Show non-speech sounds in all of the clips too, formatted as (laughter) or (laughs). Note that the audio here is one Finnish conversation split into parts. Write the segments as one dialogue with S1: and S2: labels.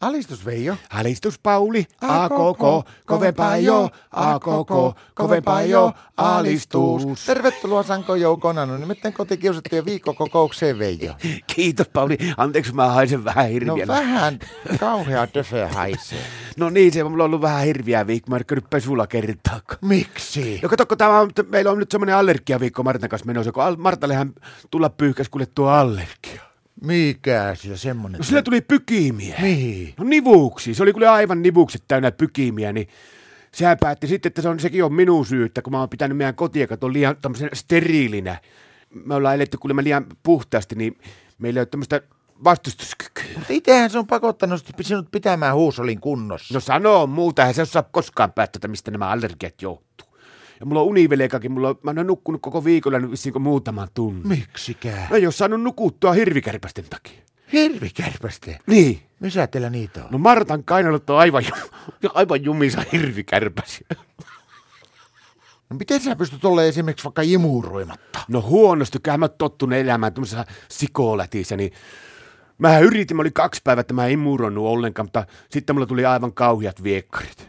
S1: Alistus Veijo.
S2: Alistus Pauli,
S1: A
S2: a koko, kovempaa jo, a koko, kovempaa jo, alistus.
S1: Tervetuloa Sanko Joukona, no nimittäin kotikiusattujen viikkokokoukseen
S2: (laughs)
S1: Veijo.
S2: Kiitos Pauli, anteeksi mä haisen vähän
S1: No
S2: hirviä.
S1: vähän kauhea töfö haisee.
S2: no niin, se on mulla ollut vähän hirviä viikko, mä en käynyt pesulla kertaakaan.
S1: Miksi?
S2: No kato, kun tämä on, meillä on nyt semmoinen allergiaviikko Martan kanssa menossa, kun Al- Martallehän tulla pyyhkäs kuule tuo allergia.
S1: Mikä asia semmonen?
S2: No sillä tuli pykimiä.
S1: Mihin?
S2: No nivuuksi. Se oli kyllä aivan nivukset täynnä pykimiä, niin sehän päätti sitten, että se on, sekin on minun syyttä, kun mä oon pitänyt meidän kotiekaton liian tämmöisen steriilinä. Me ollaan eletty kuulemma liian puhtaasti, niin meillä ei ole tämmöistä vastustuskykyä.
S1: Mutta itsehän se on pakottanut sinut pitämään huusolin kunnossa.
S2: No sanoo muuta, eihän se osaa koskaan päättää, että mistä nämä allergiat johtuu. Ja mulla on univelekakin, mulla on, mä en ole nukkunut koko viikolla nyt vissiin kuin muutaman tunnin.
S1: Miksikään?
S2: Mä en ole saanut nukuttua hirvikärpästen takia.
S1: Hirvikärpästä.
S2: Niin.
S1: Missä teillä niitä on?
S2: No Martan kainalot on aivan, ju- (laughs) aivan jumissa hirvikärpäsiä.
S1: No miten sä pystyt olemaan esimerkiksi vaikka imuuroimatta?
S2: No huonosti, kyllä mä oon tottunut elämään tuollaisessa sikolätissä, niin mä yritin, mä olin kaksi päivää, että mä en muronnut ollenkaan, mutta sitten mulla tuli aivan kauheat viekkarit.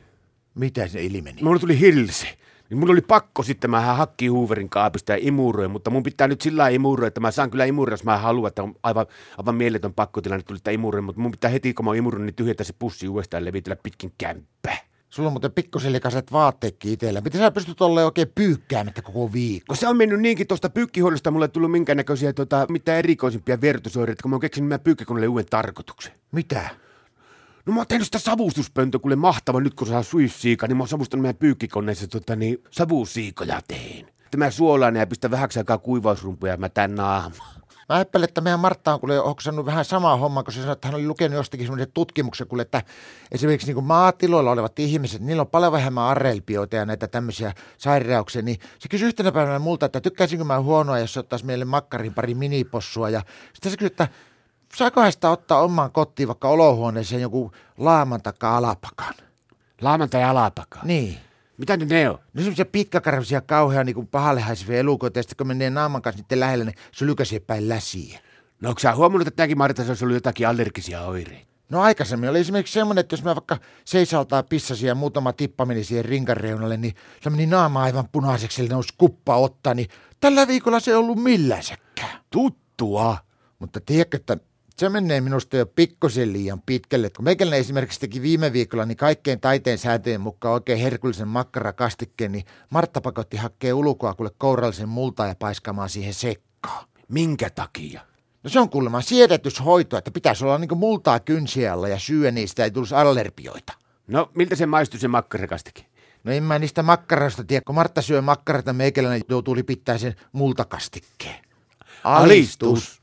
S1: Mitä se ilmeni?
S2: Mulla tuli hilse. Niin mulla oli pakko sitten, mä hakki Hooverin kaapista ja imuroin, mutta mun pitää nyt sillä lailla imuroida, että mä saan kyllä imuroida, jos mä haluan, että on aivan, aivan mieletön pakkotilanne tuli tätä imuroin, mutta mun pitää heti, kun mä oon imuroin, niin tyhjentää se pussi uudestaan ja levitellä pitkin kämppää.
S1: Sulla on muuten pikkuselikaset vaatteetkin itsellä. Miten sä pystyt olemaan oikein pyykkäämättä koko viikko?
S2: Kun se on mennyt niinkin tuosta pyykkihuollosta, mulle ei tullut minkäännäköisiä tota, mitä erikoisimpia vierotusoireita, kun mä oon keksinyt mä pyykkikoneelle uuden tarkoituksen.
S1: Mitä?
S2: No mä oon tehnyt sitä savustuspöntöä, kuule mahtava nyt kun saa suissiika, niin mä oon savustanut meidän pyykkikoneessa tota, niin, savusiikoja teen. Että mä suolaan ne ja pistän vähäksi aikaa kuivausrumpuja ja mä tän naamaan.
S1: Mä ajattelen, että meidän Martta on kuule hoksannut vähän samaa hommaa, kun se sanoi, että hän oli lukenut jostakin semmoisen tutkimuksen, kuule, että esimerkiksi niin kuin maatiloilla olevat ihmiset, niillä on paljon vähemmän arrelpioita ja näitä tämmöisiä sairauksia, niin se kysyi yhtenä päivänä multa, että tykkäisinkö mä huonoa, jos se ottaisi meille makkarin pari minipossua ja sitten se kysyi, että saakohan sitä ottaa omaan kotiin vaikka olohuoneeseen joku laaman takaa alapakan?
S2: Laaman tai alapaka.
S1: Niin.
S2: Mitä ne, ne on?
S1: No semmoisia pitkäkarvisia, kauhean niin pahalle haisevia elukoita, ja sitten kun menee naaman kanssa niiden lähelle, niin se lykäsee päin läsiä.
S2: No onko sä huomannut, että tämäkin Marta, se olisi ollut jotakin allergisia oireita?
S1: No aikaisemmin oli esimerkiksi semmoinen, että jos mä vaikka seisaltaan pissasin ja muutama tippa meni siihen rinkan reunalle, niin se meni naama aivan punaiseksi, eli nousi kuppa ottaa, niin tällä viikolla se ei ollut millänsäkään.
S2: Tuttua.
S1: Mutta tiedätkö, että se menee minusta jo pikkusen liian pitkälle. että Kun meikäläinen esimerkiksi teki viime viikolla niin kaikkein taiteen sääntöjen mukaan oikein herkullisen makkarakastikkeen, niin Martta pakotti hakkee ulkoa kuule kourallisen multaa ja paiskamaan siihen sekkaan.
S2: Minkä takia?
S1: No se on kuulemma siedätyshoito, että pitäisi olla niin multaa kynsiä alla ja syö niistä ei tulisi allergioita.
S2: No miltä se maistui se makkarakastikin?
S1: No en mä niistä makkaroista tiedä, kun Martta syö makkarata, meikäläinen joutuu lipittämään sen multakastikkeen.
S2: Alistus.